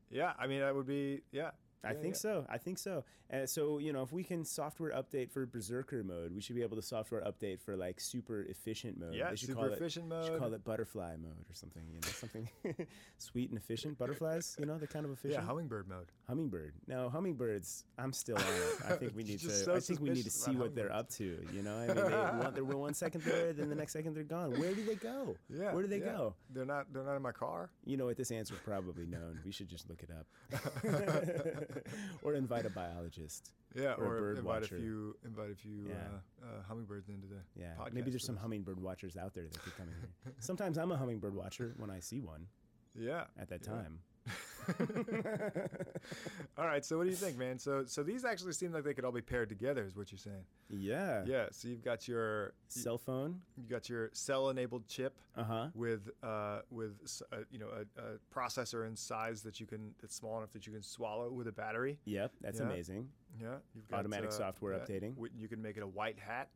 Speaker 1: Yeah, I mean that would be yeah.
Speaker 2: I think so. I think so. Uh, so you know, if we can software update for Berserker mode, we should be able to software update for like super efficient mode.
Speaker 1: Yeah,
Speaker 2: They should
Speaker 1: super
Speaker 2: call it-
Speaker 1: efficient
Speaker 2: Should
Speaker 1: mode.
Speaker 2: call it butterfly mode or something. You know, something [LAUGHS] sweet and efficient. Butterflies. You know, they're kind of
Speaker 1: Yeah,
Speaker 2: efficient.
Speaker 1: hummingbird mode.
Speaker 2: Hummingbird. No, hummingbirds. I'm still on it. I
Speaker 1: [LAUGHS]
Speaker 2: think we
Speaker 1: You're
Speaker 2: need to.
Speaker 1: just so
Speaker 2: I think we need to
Speaker 1: suspicious
Speaker 2: see
Speaker 1: about
Speaker 2: what they're up to. You know, I mean, they want, they're one second there, then the next second they're gone. Where do they go?
Speaker 1: [LAUGHS] Yeah.
Speaker 2: Where do they
Speaker 1: yeah.
Speaker 2: go?
Speaker 1: They're not they're not in my car.
Speaker 2: You know what? This answer's probably known. We should just look it
Speaker 1: [LAUGHS]
Speaker 2: up, or invite a biologist.
Speaker 1: Yeah,
Speaker 2: Or a
Speaker 1: or,
Speaker 2: bird
Speaker 1: invite
Speaker 2: watcher.
Speaker 1: a few invite a few
Speaker 2: Yeah.
Speaker 1: uh, uh, hummingbirds into the
Speaker 2: Yeah.
Speaker 1: podcast.
Speaker 2: Maybe there's
Speaker 1: with
Speaker 2: some
Speaker 1: us.
Speaker 2: hummingbird watchers out there that could come in here. Sometimes I'm a hummingbird watcher when I see one
Speaker 1: Yeah. [LAUGHS]
Speaker 2: at that
Speaker 1: Yeah.
Speaker 2: time.
Speaker 1: All right. So what do you think, man? So so these actually seem like they could all be paired together, is what you're saying.
Speaker 2: Yeah.
Speaker 1: Yeah. So you've got your
Speaker 2: Cell phone.
Speaker 1: you got your cell-enabled chip
Speaker 2: Uh huh.
Speaker 1: with uh, with s- uh, you know a, a processor in size that you can that's small enough that you can swallow with a battery.
Speaker 2: Yep. That's
Speaker 1: Yeah.
Speaker 2: amazing.
Speaker 1: [LAUGHS]
Speaker 2: [LAUGHS]
Speaker 1: Yeah, you've
Speaker 2: Automatic software updating.
Speaker 1: wi- You can make it a white hat.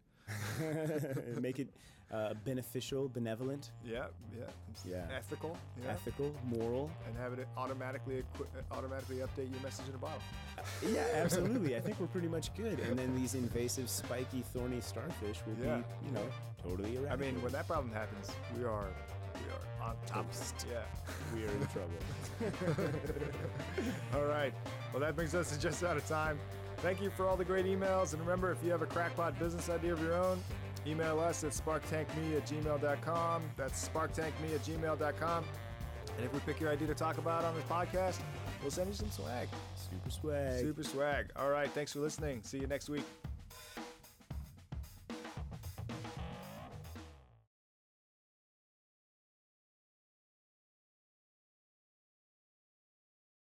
Speaker 2: Make it uh, beneficial, benevolent,
Speaker 1: Yeah, yeah, it's
Speaker 2: Yeah.
Speaker 1: ethical. Yeah.
Speaker 2: ethical, moral.
Speaker 1: and have it automatically equi- uh, automatically update your message in a bottle.
Speaker 2: Yeah, absolutely. I think we're pretty much good. And then these invasive, spiky, thorny starfish will
Speaker 1: Yeah.
Speaker 2: be, you know, totally
Speaker 1: I
Speaker 2: eradicated.
Speaker 1: mean, when that problem happens, we are we are on top.
Speaker 2: Toast.
Speaker 1: Yeah. [LAUGHS]
Speaker 2: we are in trouble. [LAUGHS]
Speaker 1: All right. Well, that brings us to just out of time. Thank you for all the great emails. And remember, if you have a crackpot business idea of your own, email us at sparktankme at gmail.com. That's sparktankme at gmail.com. And if we pick your idea to talk about on this podcast, we'll send you some swag.
Speaker 2: Super swag.
Speaker 1: Super swag. All right. Thanks for listening. See you next week.